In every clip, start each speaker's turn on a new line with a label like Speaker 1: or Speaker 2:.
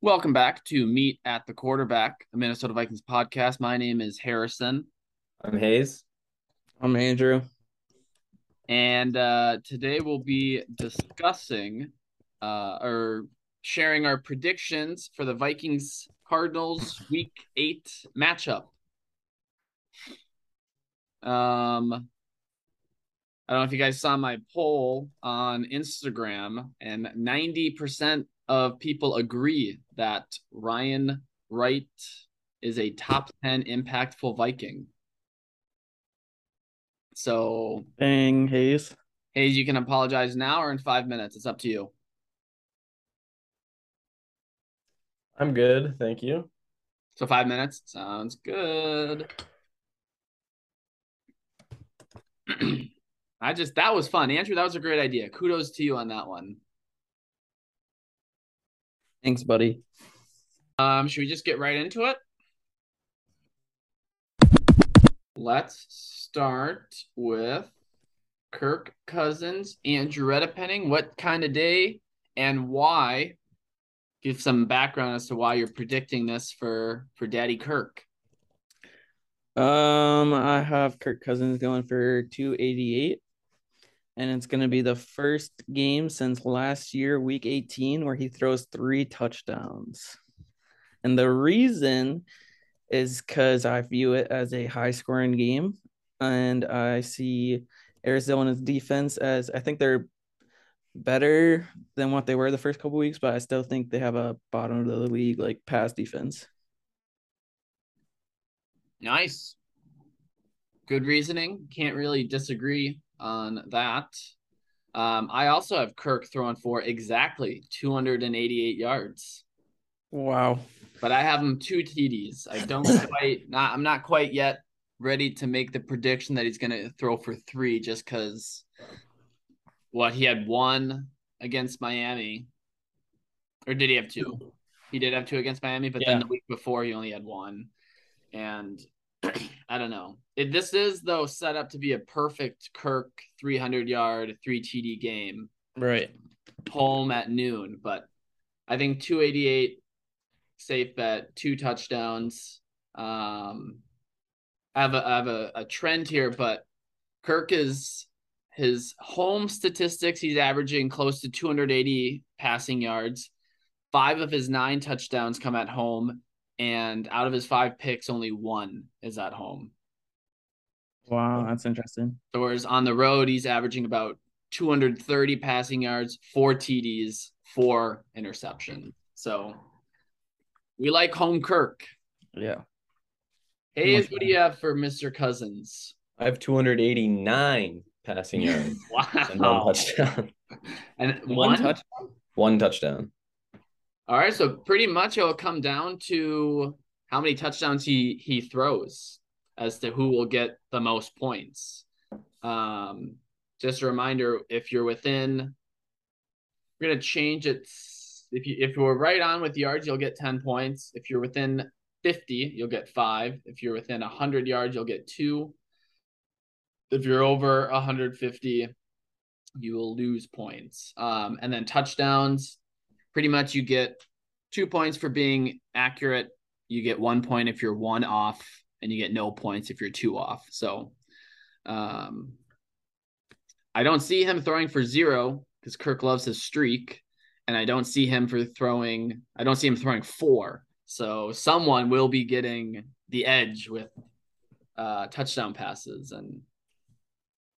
Speaker 1: Welcome back to Meet at the Quarterback, a Minnesota Vikings podcast. My name is Harrison.
Speaker 2: I'm Hayes.
Speaker 3: I'm Andrew.
Speaker 1: And uh, today we'll be discussing uh, or sharing our predictions for the Vikings Cardinals Week 8 matchup. Um, I don't know if you guys saw my poll on Instagram, and 90% of people agree that Ryan Wright is a top 10 impactful Viking. So,
Speaker 3: Dang, Hayes.
Speaker 1: Hayes, you can apologize now or in five minutes. It's up to you.
Speaker 2: I'm good, thank you.
Speaker 1: So, five minutes sounds good. I just, that was fun. Andrew, that was a great idea. Kudos to you on that one.
Speaker 3: Thanks, buddy.
Speaker 1: Um, should we just get right into it? Let's start with Kirk Cousins and Juretta Penning. What kind of day and why? Give some background as to why you're predicting this for for Daddy Kirk.
Speaker 3: Um, I have Kirk Cousins going for 288, and it's going to be the first game since last year, week 18, where he throws three touchdowns. And the reason is because I view it as a high scoring game, and I see Arizona's defense as I think they're better than what they were the first couple weeks, but I still think they have a bottom of the league like pass defense.
Speaker 1: Nice. Good reasoning. Can't really disagree on that. Um, I also have Kirk throwing for exactly 288 yards,
Speaker 3: Wow.
Speaker 1: but I have him two TDs. I don't quite not I'm not quite yet ready to make the prediction that he's going to throw for 3 just cuz what he had one against Miami or did he have two? He did have two against Miami, but then
Speaker 3: Yeah.
Speaker 1: the week before he only had one. And I don't know. It, this is though set up to be a perfect Kirk 300 yard, 3 TD game
Speaker 3: Right.
Speaker 1: home at noon, but I think 288 safe bet, two touchdowns. Um, I have a, I have a, a trend here, but Kirk is his home statistics. He's averaging close to 280 passing yards. Five of his nine touchdowns come at home, and out of his five picks, only one is at home.
Speaker 3: Wow, that's interesting.
Speaker 1: So whereas on the road, he's averaging about 230 passing yards, four TDs, four interception. So we like home Kirk.
Speaker 3: Yeah.
Speaker 1: Hayes, what do you have for Mr. Cousins?
Speaker 2: I have 289 passing yards and one
Speaker 1: Wow.
Speaker 2: touchdown.
Speaker 1: And one,
Speaker 3: One touch.
Speaker 2: One touchdown.
Speaker 1: All right. So pretty much it'll come down to how many touchdowns he he throws as to who will get the most points. Um, just a reminder: if you're within, we're gonna change it. s- If you if you're right on with yards, you'll get ten points. If you're within fifty, you'll get five. If you're within hundred yards, you'll get two. If you're over 150, you will lose points. Um, and then touchdowns, pretty much you get two points for being accurate. You get one point if you're one off, and you get no points if you're two off. So, um, I don't see him throwing for zero because Kirk loves his streak, and I don't see him for throwing. I don't see him throwing four. So someone will be getting the edge with uh, touchdown passes, and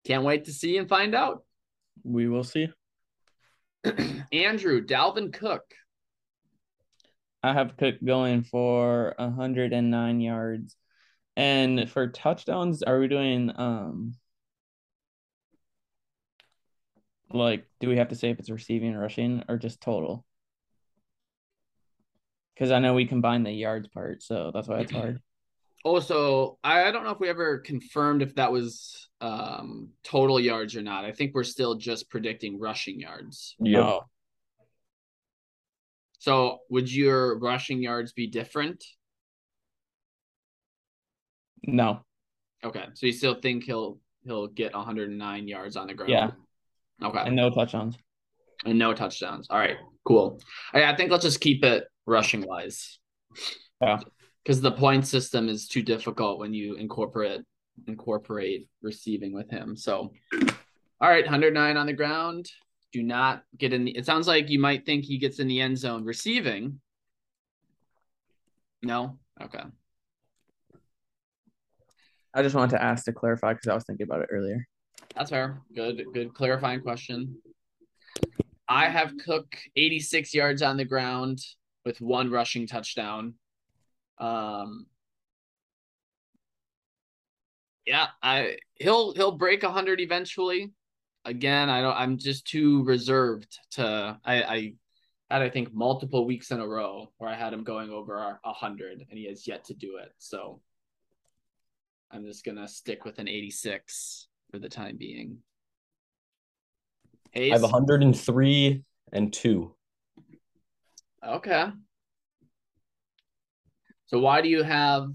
Speaker 1: can't wait to see and find out.
Speaker 3: We will see.
Speaker 1: Andrew Dalvin Cook.
Speaker 3: I have Cook going for 109 yards. And for touchdowns, are we doing um like do we have to say if it's receiving or rushing or just total? Because I know we combine the yards part, so that's why it's hard.
Speaker 1: Also, I I don't know if we ever confirmed if that was um, total yards or not. I think we're still just predicting rushing yards.
Speaker 2: Yep.
Speaker 3: Oh,
Speaker 1: So, would your rushing yards be different?
Speaker 3: no.
Speaker 1: Okay, so you still think he'll he'll get 109 yards on the ground.
Speaker 3: Yeah.
Speaker 1: Okay.
Speaker 3: and
Speaker 1: And,
Speaker 3: no touchdowns.
Speaker 1: no touchdowns. All right. Cool. I, I think let's just keep it rushing wise.
Speaker 3: Yeah.
Speaker 1: Because the point system is too difficult when you incorporate incorporate receiving with him. So, all right, 109 on the ground. Do not get in. The, it sounds like you might think he gets in the end zone receiving. No. Okay.
Speaker 3: I just wanted to ask to clarify because I was thinking about it earlier.
Speaker 1: That's fair. Good, good clarifying question. I have Cook 86 yards on the ground with one rushing touchdown. Um Yeah, I he'll he'll break 100 eventually. Again, I don't I'm just too reserved to I I had I think multiple weeks in a row where I had him going over 100 and he has yet to do it. So I'm just going to stick with an 86 for the time being.
Speaker 2: I
Speaker 1: Hayes?
Speaker 2: have 103 and two.
Speaker 1: Okay. So why do you have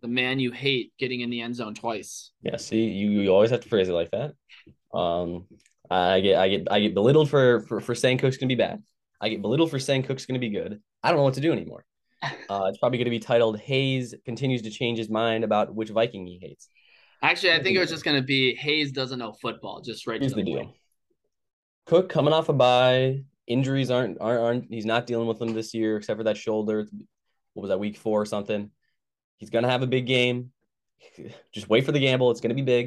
Speaker 1: the man you hate getting in the end zone twice?
Speaker 2: Yeah, see, you, you always have to phrase it like that. Um, I get I get I get belittled for for, for saying Cook's gonna be bad. I get belittled for saying Cook's gonna be good. I don't know what to do anymore. Uh, it's probably gonna be titled Hayes continues to change his mind about which Viking he hates.
Speaker 1: Actually, I think it was just going to be Hayes doesn't know football. Just right
Speaker 2: Here's
Speaker 1: to
Speaker 2: the
Speaker 1: the
Speaker 2: deal.
Speaker 1: point.
Speaker 2: Cook coming off a bye, injuries aren't aren't, aren't he's not dealing with them this year except for that shoulder. What was that week four or something? He's gonna have a big game. Just wait for the gamble. It's gonna be big.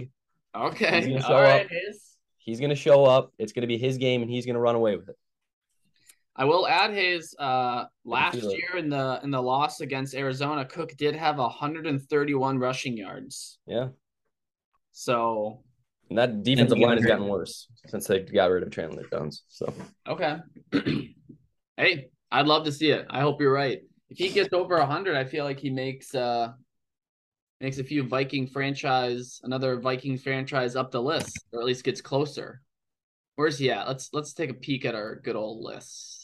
Speaker 2: He's
Speaker 1: Okay.
Speaker 2: gonna
Speaker 1: All
Speaker 2: show
Speaker 1: right,
Speaker 2: up.
Speaker 1: Hayes.
Speaker 2: He's gonna show up. It's gonna be his game, and he's gonna run away with it.
Speaker 1: I will add Hayes. Uh, last
Speaker 2: feel it.
Speaker 1: year in the in the loss against Arizona, Cook did have 131 rushing yards.
Speaker 2: Yeah,
Speaker 1: So
Speaker 2: and that defensive
Speaker 3: get
Speaker 2: line has
Speaker 3: rid-
Speaker 2: gotten worse since they got rid of Chandler Jones. So
Speaker 1: okay. hey, I'd love to see it. I hope you're right. If he gets over 100, I feel like he makes uh makes a few Viking franchise another Viking franchise up the list, or at least gets closer. Where's he at? Let's let's take a peek at our good old list.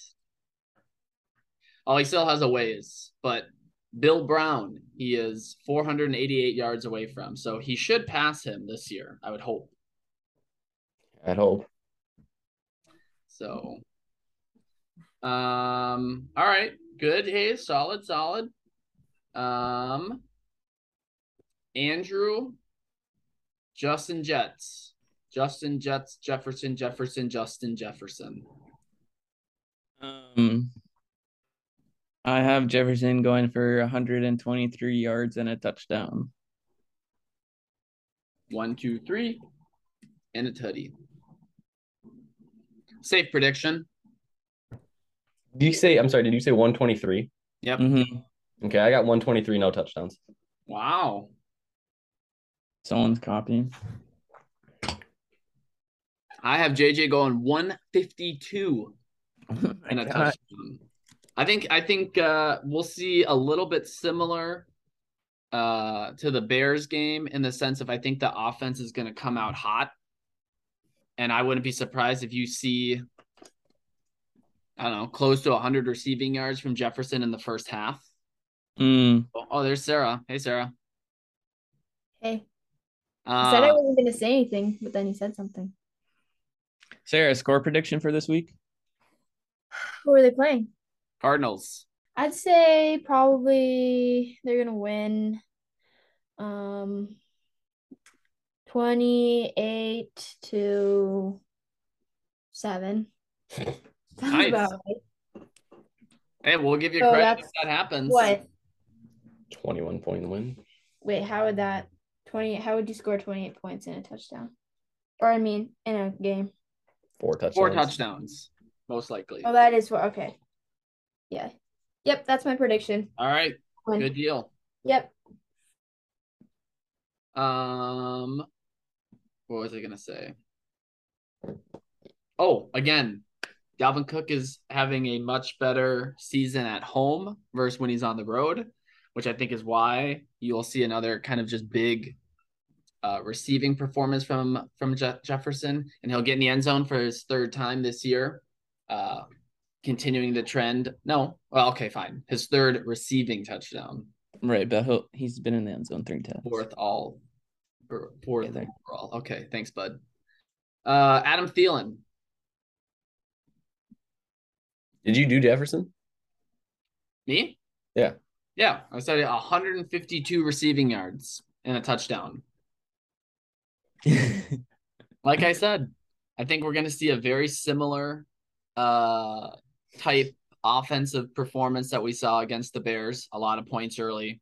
Speaker 1: Oh, he still has a ways, but Bill Brown, he is 488 yards away from, so he should pass him this year. I would hope.
Speaker 2: at hope.
Speaker 1: So, um, all right, good, Hayes, solid, solid. Um, Andrew, Justin Jets, Justin Jets, Jefferson, Jefferson, Justin Jefferson.
Speaker 3: Um, I have Jefferson going for 123 yards and a touchdown.
Speaker 1: One, two, three, and a tutty. Safe prediction.
Speaker 2: Did you say? I'm sorry. Did you say 123?
Speaker 3: Mhm.
Speaker 2: Okay, I got 123, no touchdowns.
Speaker 1: Wow.
Speaker 3: Someone's copying.
Speaker 1: I have JJ going 152 and a touchdown. I think I think uh, we'll see a little bit similar uh, to the Bears game in the sense of I think the offense is going to come out hot, and I wouldn't be surprised if you see I don't know close to 100 receiving yards from Jefferson in the first half.
Speaker 3: Mm,
Speaker 1: Oh, oh, there's Sarah. Hey, Sarah.
Speaker 4: Hey, I said I
Speaker 1: Uh,
Speaker 4: wasn't going to say anything, but then he said something.
Speaker 3: Sarah, score prediction for this week?
Speaker 4: Who are they playing?
Speaker 1: Cardinals.
Speaker 4: I'd say probably they're going to win um 28 to 7. Sounds
Speaker 1: Nice.
Speaker 4: about right.
Speaker 1: Hey, we'll give you
Speaker 4: So
Speaker 1: credit if
Speaker 4: Oh, that's-
Speaker 1: that happens.
Speaker 4: What?
Speaker 2: 21 point win.
Speaker 4: Wait, how would that 20 how would you score 28 points in a touchdown? Or I mean, in a game.
Speaker 2: Four touchdowns.
Speaker 1: Four touchdowns, most likely.
Speaker 4: Oh, that is what okay. Yeah. Yep, that's my prediction.
Speaker 1: All right,
Speaker 4: Win.
Speaker 1: good deal.
Speaker 4: Yep.
Speaker 1: Um, what was I gonna say? Oh, again, Dalvin Cook is having a much better season at home versus when he's on the road, which I think is why you'll see another kind of just big uh, receiving performance from from Je- Jefferson, and he'll get in the end zone for his third time this year. Uh, continuing the trend. No, well, okay, fine. His third receiving touchdown
Speaker 3: Right, but he'll, he's been in the end zone three times.
Speaker 1: fourth all or fourth
Speaker 3: Yeah, there.
Speaker 1: overall. Okay, thanks, bud. Uh, Adam Thielen.
Speaker 2: Did you do Jefferson?
Speaker 1: Me?
Speaker 2: Yeah.
Speaker 1: Yeah, I said 152 receiving yards and a touchdown. Like I said, I think we're going to see a very similar uh type offensive performance that we saw against the Bears, a lot of points early,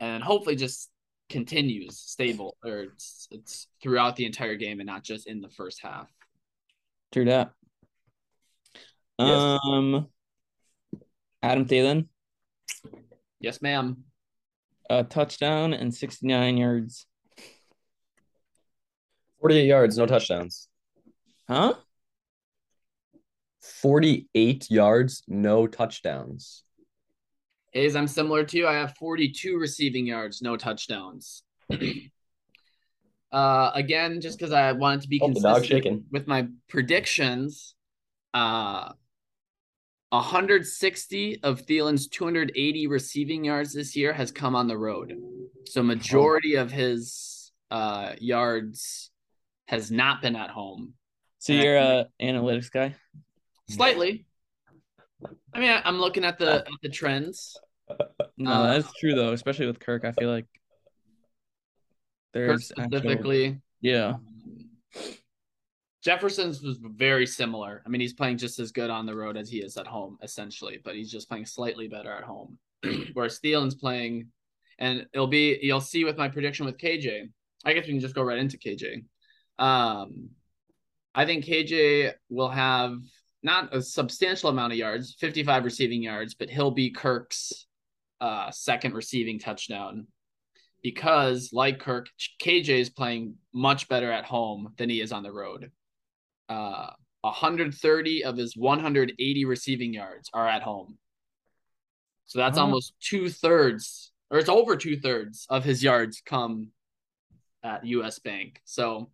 Speaker 1: and hopefully just continues stable or it's, it's throughout the entire game and not just in the first half.
Speaker 3: True that.
Speaker 2: Yes.
Speaker 3: Um, Adam Thielen,
Speaker 1: Yes, ma'am.
Speaker 3: a touchdown and 69 yards.
Speaker 2: 48 yards, no touchdowns.
Speaker 3: Huh?
Speaker 2: 48 yards, no touchdowns.
Speaker 1: Is I'm similar to you. I have 42 receiving yards, no touchdowns. uh, again, just because I wanted to be
Speaker 2: Oh, the dog
Speaker 1: consistent
Speaker 2: shaking.
Speaker 1: with my predictions, uh, 160 of Thielen's 280 receiving yards this year has come on the road. So majority of his uh yards has not been at home.
Speaker 3: So
Speaker 1: Yeah.
Speaker 3: you're a analytics guy.
Speaker 1: Slightly. I mean, I, I'm looking at the at the trends.
Speaker 3: No,
Speaker 1: Uh,
Speaker 3: that's true though, especially with Kirk. I feel like
Speaker 1: Kirk
Speaker 3: there's actual-
Speaker 1: specifically.
Speaker 3: yeah.
Speaker 1: Jefferson's was very similar. I mean, he's playing just as good on the road as he is at home, essentially, but he's just playing slightly better at home. Whereas Thielen's playing, and it'll be you'll see with my prediction with KJ. I guess we can just go right into KJ. Um, I think KJ will have not a substantial amount of yards, 55 receiving yards, but he'll be Kirk's uh, second receiving touchdown because, like Kirk, KJ is playing much better at home than he is on the road. Uh, 130 of his 180 receiving yards are at home. So that's
Speaker 3: Oh.
Speaker 1: almost two thirds, or it's over two thirds of his yards come at US Bank. So,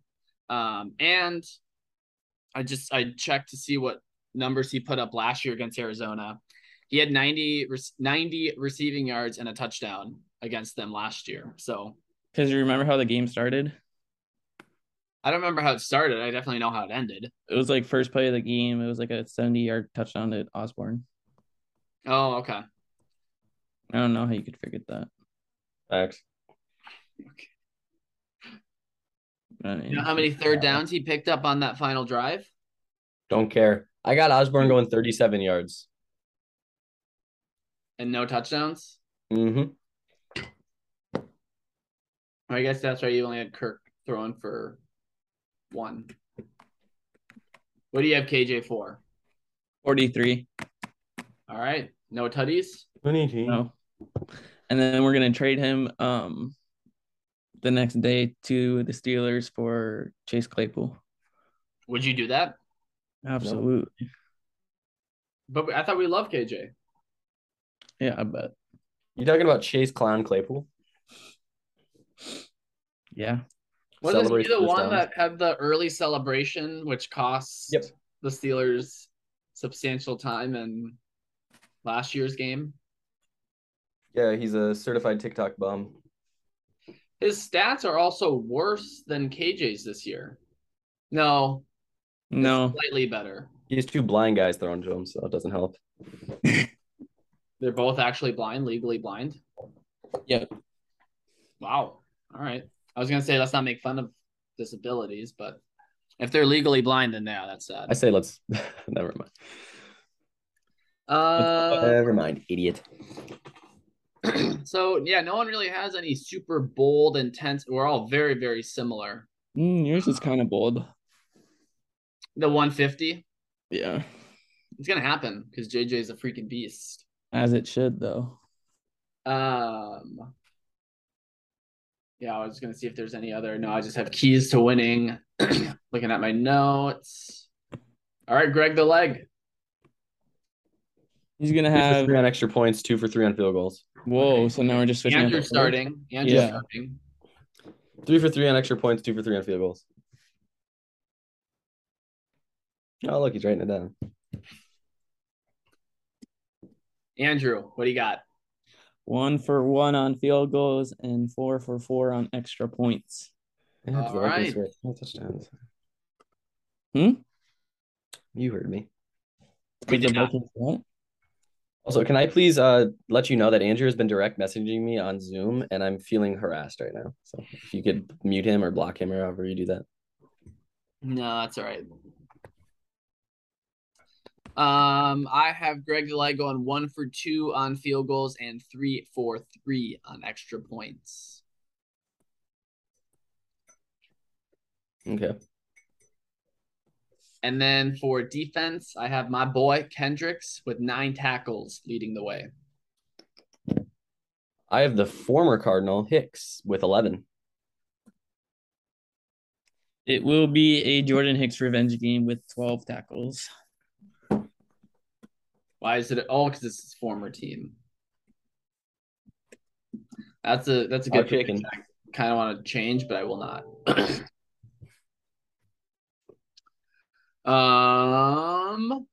Speaker 1: um, and I just I checked to see what numbers he put up last year against Arizona. He had 90 rec- 90 receiving yards and a touchdown against them last year. So
Speaker 3: Because you remember how the game started?
Speaker 1: I don't remember how it started. I definitely know how it ended.
Speaker 3: It was like first play of the game. It was like a 70 yard touchdown to Osborne.
Speaker 1: Oh, okay.
Speaker 3: I don't know how you could forget that.
Speaker 2: Facts.
Speaker 3: I mean,
Speaker 1: You know how many third downs he picked up on that final drive?
Speaker 2: Don't care. Mm. I got Osborne going 37 yards.
Speaker 1: And no touchdowns?
Speaker 2: Mm-hmm.
Speaker 1: I guess that's right. You only had Kirk throwing for one. What do you have KJ for?
Speaker 3: 43.
Speaker 1: All right. No tutties?
Speaker 3: No. And then we're gonna trade him um the next day to the Steelers for Chase Claypool.
Speaker 1: Would you do that?
Speaker 3: Absolutely.
Speaker 1: But I thought we loved KJ.
Speaker 3: Yeah, I bet.
Speaker 2: You talking about Chase Clown Claypool?
Speaker 3: Yeah.
Speaker 1: Wasn't he
Speaker 2: Celebrate
Speaker 1: the
Speaker 2: first
Speaker 1: one
Speaker 2: downs.
Speaker 1: that had the early celebration, which cost
Speaker 2: Yep.
Speaker 1: the Steelers substantial time in last year's game?
Speaker 2: Yeah, he's a certified TikTok bum.
Speaker 1: His stats are also worse than KJ's this year. No, it's
Speaker 3: No.
Speaker 1: slightly better.
Speaker 2: He has two blind guys thrown to him, so it doesn't help.
Speaker 1: They're both actually blind, legally blind.
Speaker 3: Yep.
Speaker 1: Wow. All right. I was gonna say let's not make fun of disabilities, but if they're legally blind, then yeah, that's sad.
Speaker 2: I say let's never mind.
Speaker 1: Uh,
Speaker 2: never mind, idiot.
Speaker 1: so yeah, no one really has any super bold, intense. We're all very, very similar.
Speaker 3: Mm, yours is kind of bold.
Speaker 1: The 150,
Speaker 3: Yeah.
Speaker 1: it's gonna happen because JJ is a freaking beast.
Speaker 3: As it should though.
Speaker 1: Um, yeah, I was gonna see if there's any other. No, I just have keys to winning. Looking at my notes. All right, Greg the leg.
Speaker 3: He's gonna
Speaker 2: Two for
Speaker 3: have
Speaker 2: three on extra points, two for three on field goals,
Speaker 3: whoa, so now we're just switching.
Speaker 1: Andrew
Speaker 3: up.
Speaker 1: starting. Andrew
Speaker 3: Yeah.
Speaker 1: starting.
Speaker 2: three for three on extra points, two for three on field goals. Oh, look, he's writing it down.
Speaker 1: Andrew, what do you got?
Speaker 3: One for one on field goals and four for four on extra points.
Speaker 2: Yeah, the
Speaker 1: All
Speaker 2: Vikings
Speaker 1: right.
Speaker 2: scored four touchdowns.
Speaker 3: Hmm?
Speaker 2: You heard me.
Speaker 1: We did
Speaker 3: The
Speaker 1: not.
Speaker 3: Vikings won?
Speaker 2: Also, can I please uh let you know that Andrew has been direct messaging me on Zoom and I'm feeling harassed right now. So if you could mute him or block him or however you do that.
Speaker 1: No, that's all right. Um, I have Greg Delay going one for two on field goals and three for three on extra points.
Speaker 2: Okay.
Speaker 1: And then for defense, I have my boy Kendricks with nine tackles leading the way.
Speaker 2: I have the former Cardinal Hicks with eleven.
Speaker 3: It will be a Jordan Hicks revenge game with 12 tackles.
Speaker 1: Why is it? Oh, because it's his former team. That's a that's a
Speaker 2: Our
Speaker 1: good pick.
Speaker 2: chicken.
Speaker 1: I kind of want to change, but I will not. um,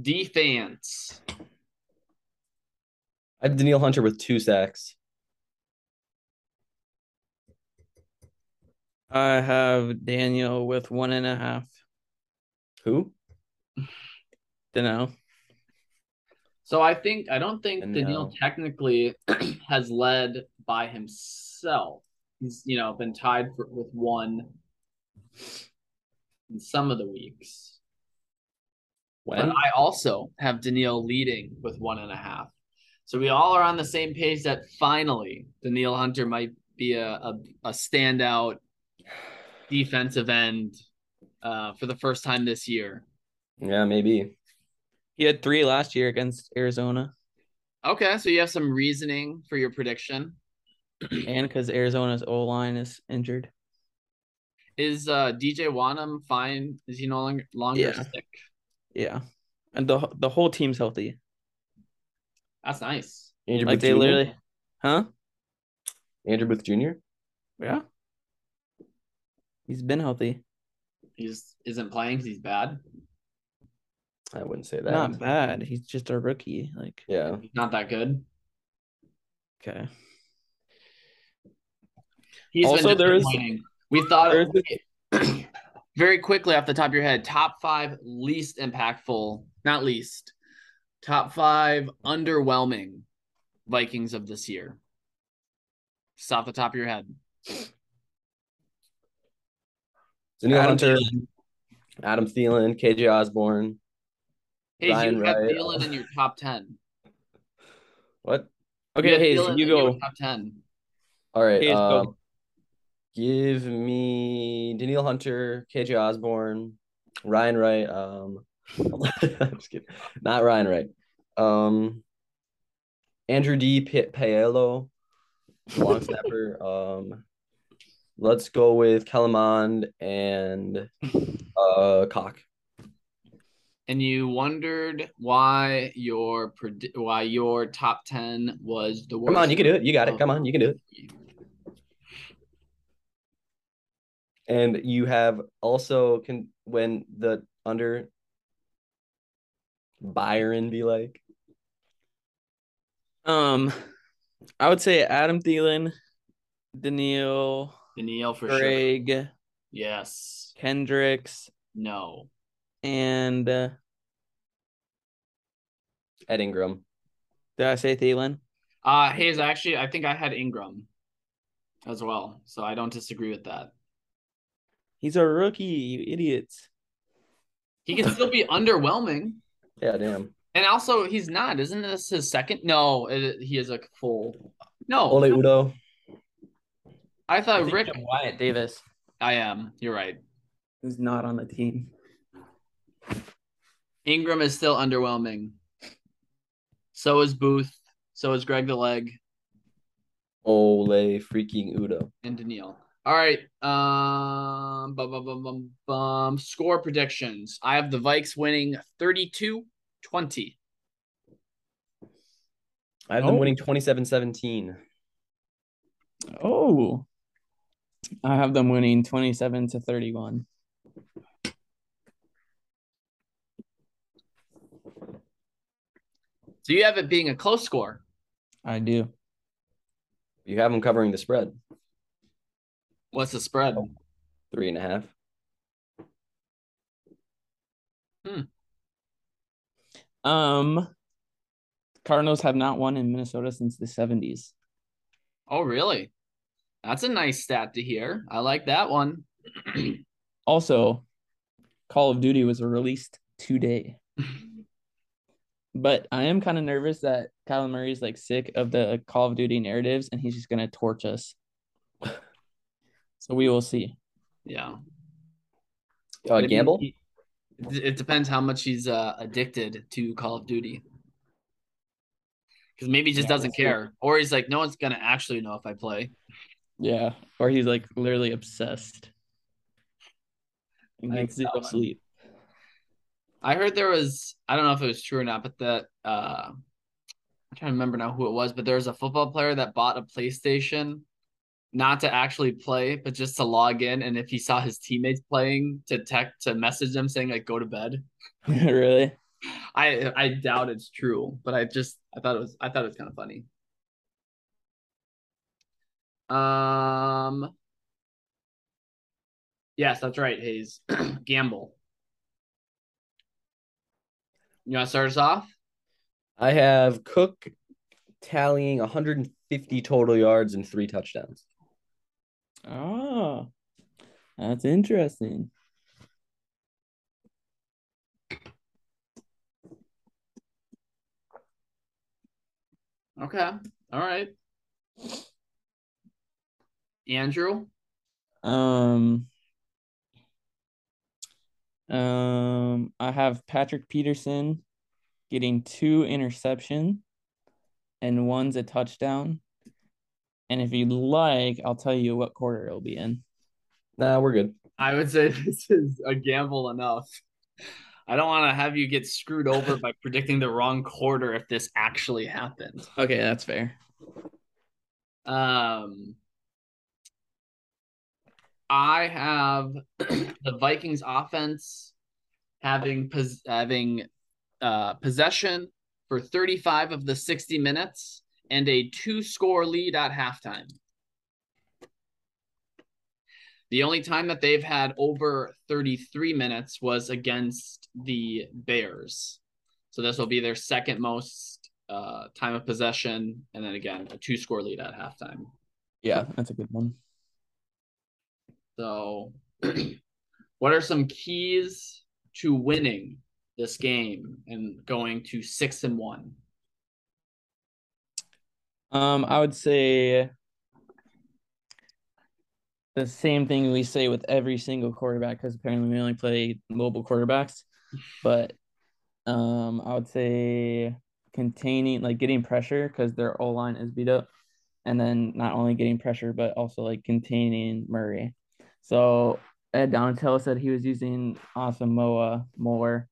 Speaker 1: defense.
Speaker 2: I have Daniil Hunter with two sacks.
Speaker 3: I have Daniel with one and a half.
Speaker 2: Who?
Speaker 3: Don't know.
Speaker 1: So I think I don't think
Speaker 2: And um,
Speaker 1: Daniil
Speaker 2: now-
Speaker 1: technically has led by himself. He's you know been tied for, with one in some of the weeks. But
Speaker 2: When?
Speaker 1: I also have Daniil leading with one and a half. So we all are on the same page that finally Daniil Hunter might be a, a, a standout defensive end uh, for the first time this year.
Speaker 2: Yeah, maybe.
Speaker 3: He had three last year against Arizona,
Speaker 1: Okay, so you have some reasoning for your prediction.
Speaker 3: and because Arizona's O line is injured.
Speaker 1: Is uh, DJ Wanham fine? Is he no longer, longer
Speaker 3: Yeah.
Speaker 1: sick?
Speaker 3: Yeah, and the the whole team's healthy.
Speaker 1: That's nice.
Speaker 2: Andrew
Speaker 3: Like
Speaker 2: Booth
Speaker 3: they
Speaker 2: Jr.?
Speaker 3: literally, huh?
Speaker 2: Andrew Booth Jr.
Speaker 3: Yeah, he's been healthy.
Speaker 1: He just isn't playing because he's bad.
Speaker 2: I wouldn't say that.
Speaker 3: Not bad. He's just a rookie. Like
Speaker 2: Yeah.
Speaker 1: He's not that good.
Speaker 3: okay,
Speaker 1: He's
Speaker 3: Also,
Speaker 1: been
Speaker 3: there is-
Speaker 1: disappointing. we thought
Speaker 3: there is
Speaker 1: very quickly off the top of your head, top five least impactful, not least, top five underwhelming Vikings of this year. Just off the top of your head.
Speaker 2: Daniil
Speaker 3: Adam
Speaker 2: Hunter, Adam Thielen, KJ Osborne.
Speaker 1: Hey,
Speaker 2: Ryan
Speaker 1: you have
Speaker 2: Wright.
Speaker 1: Thielen in your top ten.
Speaker 2: What?
Speaker 3: okay,
Speaker 1: have
Speaker 3: Hayes,
Speaker 1: Thielen
Speaker 3: you
Speaker 1: in your
Speaker 3: go.
Speaker 1: top ten.
Speaker 2: All right.
Speaker 3: Hayes, go.
Speaker 2: um, give me Daniil Hunter, KJ Osborne, Ryan Wright. Um, I'm just kidding. Not Ryan Wright. Um, Andrew D. P- Paello, long snapper. um, let's go with Calamond and uh Cock.
Speaker 1: and you wondered why your pred- why your top ten was the worst.
Speaker 2: Come on, you can do it. You got it. Come on, you can do it. And you have also can when the under Byron be like
Speaker 3: Um, I would say Adam Thielen, Daniil,
Speaker 1: Daniil for sure.
Speaker 3: Greg,
Speaker 1: Yes.
Speaker 3: Kendricks,
Speaker 1: No.
Speaker 3: and uh,
Speaker 2: Ed Ingram.
Speaker 3: did I say Thielen?
Speaker 1: Uh Hayes, actually, I think I had Ingram as well, so I don't disagree with that.
Speaker 3: He's a rookie, you idiots.
Speaker 1: He can still be underwhelming,
Speaker 2: Yeah, damn.
Speaker 1: and also he's not. Isn't this his second? No, it, he is a full. No,
Speaker 2: Ole Udo.
Speaker 1: I thought Rick.
Speaker 3: Wyatt Davis
Speaker 1: I am. You're right.
Speaker 3: is not on the team.
Speaker 1: Ingram is still underwhelming. So is Booth. So is Greg the Leg
Speaker 2: Ole freaking Udo.
Speaker 1: and Daniil. All right. Um, bum, bum, bum, bum, bum. Score predictions. I have the Vikes winning 32 20.
Speaker 2: I have them
Speaker 3: Oh.
Speaker 2: winning 27-17.
Speaker 3: Oh, I have them winning 27 to 31.
Speaker 1: So you have it being a close score.
Speaker 3: I do.
Speaker 2: You have them covering the spread.
Speaker 1: What's the spread?
Speaker 2: Three and a half.
Speaker 3: Um, Cardinals have not won in Minnesota since the 70s.
Speaker 1: Oh, really? That's a nice stat to hear. I like that one.
Speaker 3: Also, Call of Duty was released today. but I am kind of nervous that Kyler Murray's like sick of the Call of Duty narratives and he's just going to torch us. so we will see.
Speaker 1: yeah.
Speaker 2: Uh,
Speaker 3: Uh,
Speaker 1: I mean,
Speaker 2: gamble?
Speaker 1: he- It it depends how much he's uh, addicted to Call of Duty. Because maybe he just
Speaker 3: Yeah,
Speaker 1: doesn't
Speaker 3: that's true.
Speaker 1: care, or he's like, no one's gonna actually know if I play.
Speaker 3: Yeah. Or he's like literally obsessed. And
Speaker 1: I like
Speaker 3: gets zero
Speaker 1: that one.
Speaker 3: sleep.
Speaker 1: I heard there was, I don't know if it was true or not, but that uh, I'm trying to remember now who it was, but there was a football player that bought a PlayStation, not to actually play, but just to log in, and if he saw his teammates playing, to tech to message them saying like, go to bed.
Speaker 3: really?
Speaker 1: I I doubt it's true, but I just I thought it was I thought it was kind of funny. Um Yes, that's right, Hayes. Gamble. You want to start us off?
Speaker 2: I have Cook tallying 150 total yards and three touchdowns.
Speaker 3: Oh, that's interesting.
Speaker 1: Okay. All right. Andrew?
Speaker 3: Um, um, I have Patrick Peterson getting two interception and one's a touchdown. And if you'd like, I'll tell you what quarter it'll be in.
Speaker 2: Nah, we're good.
Speaker 1: I would say this is a gamble enough. I don't want to have you get screwed over by predicting the wrong quarter if this actually happened.
Speaker 3: Okay, that's fair.
Speaker 1: Um, I have the Vikings offense having pos- having uh, possession for 35 of the 60 minutes and a two score lead at halftime. The only time that they've had over 33 minutes was against the Bears. So this will be their second most uh, time of possession. And then again, a two score lead at halftime.
Speaker 2: Yeah.
Speaker 3: That's a good one.
Speaker 1: So, what are some keys to winning this game and going to six and one?
Speaker 3: Um, I would say the same thing we say with every single quarterback because apparently we only play mobile quarterbacks. But um, I would say containing, like getting pressure because their O line is beat up, and then not only getting pressure but also like containing Murray. So Ed Donatello said he was using Asamoah more,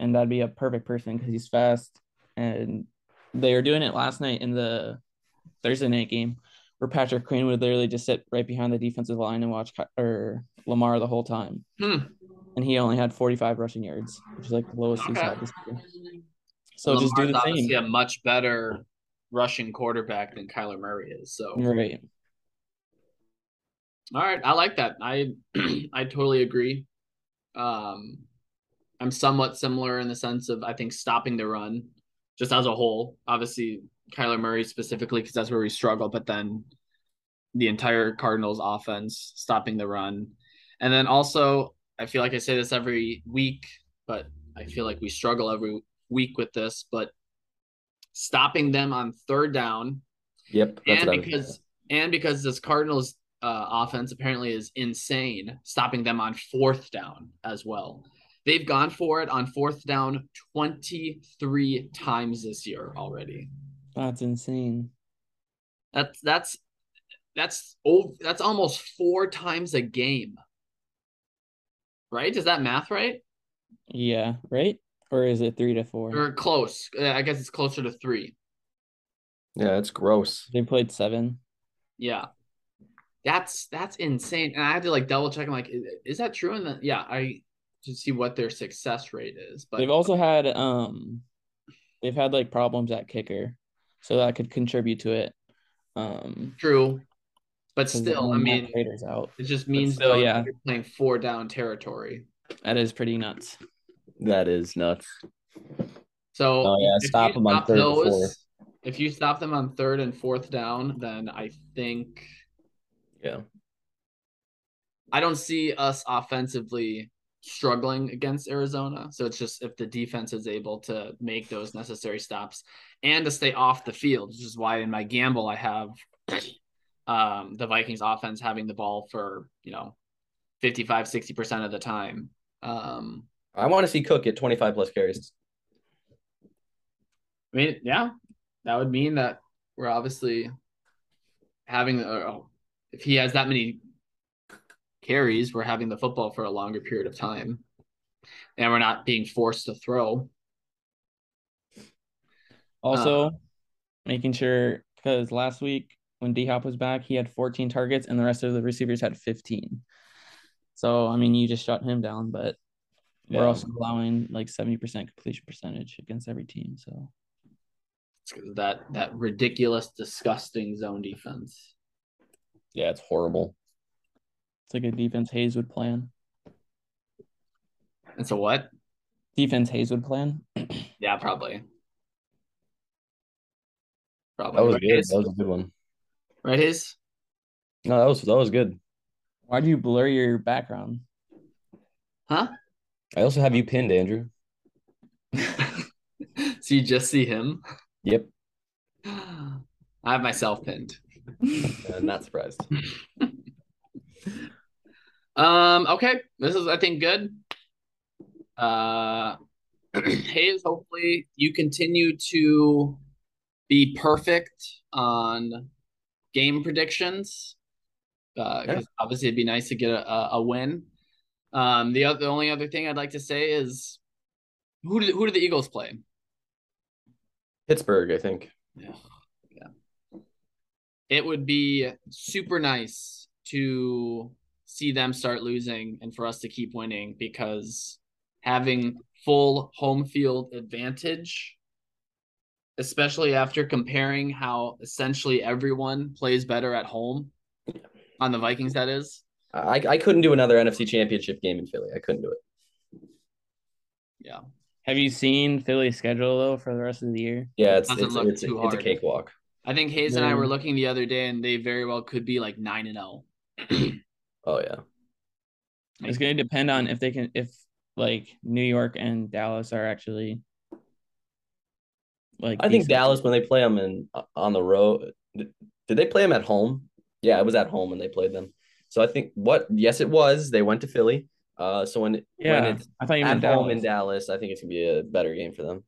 Speaker 3: and that'd be a perfect person because he's fast and they were doing it last night in the Thursday night game where Patrick Queen would literally just sit right behind the defensive line and watch Ky- or Lamar the whole time.
Speaker 1: Hmm.
Speaker 3: And he only had 45 rushing yards, which is like the lowest he's
Speaker 1: Okay.
Speaker 3: had this year. So just do
Speaker 1: Lamar's
Speaker 3: the
Speaker 1: obviously
Speaker 3: same.
Speaker 1: a much better rushing quarterback than Kyler Murray is. So,
Speaker 3: Right.
Speaker 1: all right, I like that. I I totally agree. Um, I'm somewhat similar in the sense of I think stopping the run, just as a whole. Obviously, Kyler Murray specifically because that's where we struggle. But then the entire Cardinals offense stopping the run, and then also I feel like I say this every week, but I feel like we struggle every week with this. But stopping them on third down
Speaker 2: Yep. That's
Speaker 1: and
Speaker 2: what I was-
Speaker 1: because and because this Cardinals uh, offense apparently is insane, stopping them on fourth down as well. They've gone for it on fourth down 23 times this year already.
Speaker 3: That's insane.
Speaker 1: That's that's that's oh that's almost four times a game. Right? Is that math right?
Speaker 3: Yeah. Right. Or is it three to four?
Speaker 1: Or close? Uh, I guess it's closer to three.
Speaker 2: yeah, it's gross.
Speaker 3: They played seven.
Speaker 1: Yeah. That's that's insane. And I had to like double check. I'm like, is, is that true? And then yeah, I to see what their success rate is. But
Speaker 3: They've also had um they've had like problems at kicker. So that could contribute to it. Um
Speaker 1: true. But
Speaker 3: 'cause
Speaker 1: still, I
Speaker 3: then Matt
Speaker 1: mean,
Speaker 3: Prater's out.
Speaker 1: it just means
Speaker 3: still,
Speaker 1: though,
Speaker 3: yeah.
Speaker 1: you're playing four down territory.
Speaker 3: That is pretty nuts.
Speaker 2: That is nuts.
Speaker 1: So
Speaker 2: Oh, yeah,
Speaker 1: if you
Speaker 2: stop 'em on third and fourth.
Speaker 1: If you stop them on third and fourth down, then I think
Speaker 2: Yeah.
Speaker 1: I don't see us offensively struggling against Arizona. So it's just if the defense is able to make those necessary stops and to stay off the field, which is why in my gamble I have um, the Vikings offense having the ball for, you know, 55, 60% of the time. Um,
Speaker 2: I want to see Cook at 25 plus carries.
Speaker 1: I mean, yeah, that would mean that we're obviously having uh, if he has that many carries, we're having the football for a longer period of time, and we're not being forced to throw.
Speaker 3: Also, making sure because last week when D Hop was back, he had 14 targets and the rest of the receivers had 15. So I mean, you just shut him down, but we're
Speaker 2: Yeah.
Speaker 3: also allowing like 70% completion percentage against every team. So
Speaker 1: It's 'cause of that that ridiculous, disgusting zone defense.
Speaker 2: Yeah, it's horrible.
Speaker 3: it's like a defense Hayeswood plan.
Speaker 1: And so what?
Speaker 3: Defense Hayeswood plan.
Speaker 1: Yeah, probably. Probably.
Speaker 2: That was
Speaker 1: right,
Speaker 2: good.
Speaker 1: Hayes?
Speaker 2: That was a good one.
Speaker 1: right, Hayes?
Speaker 2: No, that was that was good.
Speaker 3: Why do you blur your background?
Speaker 1: Huh?
Speaker 2: I also have you pinned, Andrew.
Speaker 1: so you just see him?
Speaker 2: Yep.
Speaker 1: I have myself pinned.
Speaker 2: Uh, not surprised.
Speaker 1: Um, okay. This is I think good. Uh Hayes, hopefully you continue to be perfect on game predictions. Uh, 'cause obviously it'd be nice to get a, a, a win. Um, the other, the only other thing I'd like to say is, who did who do the Eagles play?
Speaker 2: Pittsburgh, I think.
Speaker 1: Yeah. Yeah. It would be super nice to see them start losing and for us to keep winning because having full home field advantage, especially after comparing how essentially everyone plays better at home on the Vikings, that is.
Speaker 2: I I couldn't do another NFC Championship game in Philly. I couldn't do it.
Speaker 3: Have you seen Philly's schedule though for the rest of the year?
Speaker 2: Yeah, it's
Speaker 1: Doesn't
Speaker 2: it's
Speaker 1: look
Speaker 2: it's,
Speaker 1: too
Speaker 2: it's a
Speaker 1: hard.
Speaker 2: cakewalk.
Speaker 1: I think Hayes and I were
Speaker 3: Yeah.
Speaker 1: looking the other day and they very well could be like 9 and 0.
Speaker 2: Oh yeah.
Speaker 3: It's going to depend on if they can, if like New York and Dallas are actually like.
Speaker 2: I think
Speaker 3: decent.
Speaker 2: Dallas when they play them in on the road. Did they play them at home? Yeah, it was at home when they played them. So I think what? Yes, it was. They went to Philly. Uh, so when
Speaker 3: Yeah,
Speaker 2: when it's
Speaker 3: I thought you
Speaker 2: at home
Speaker 3: meant Dallas.
Speaker 2: in Dallas, I think it's gonna be a better game for them.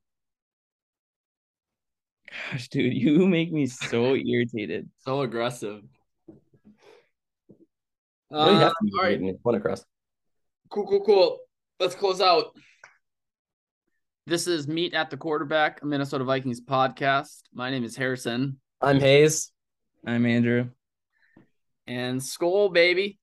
Speaker 3: Gosh, dude, you make me so irritated.
Speaker 1: So aggressive.
Speaker 2: No, you
Speaker 1: Uh,
Speaker 2: have to be
Speaker 1: all right.
Speaker 2: getting one across.
Speaker 1: Cool, cool, cool. Let's close out. This is Meet at the Quarterback, a Minnesota Vikings podcast. My name is Harrison.
Speaker 2: I'm Hayes.
Speaker 3: I'm Andrew.
Speaker 1: And Skull, baby.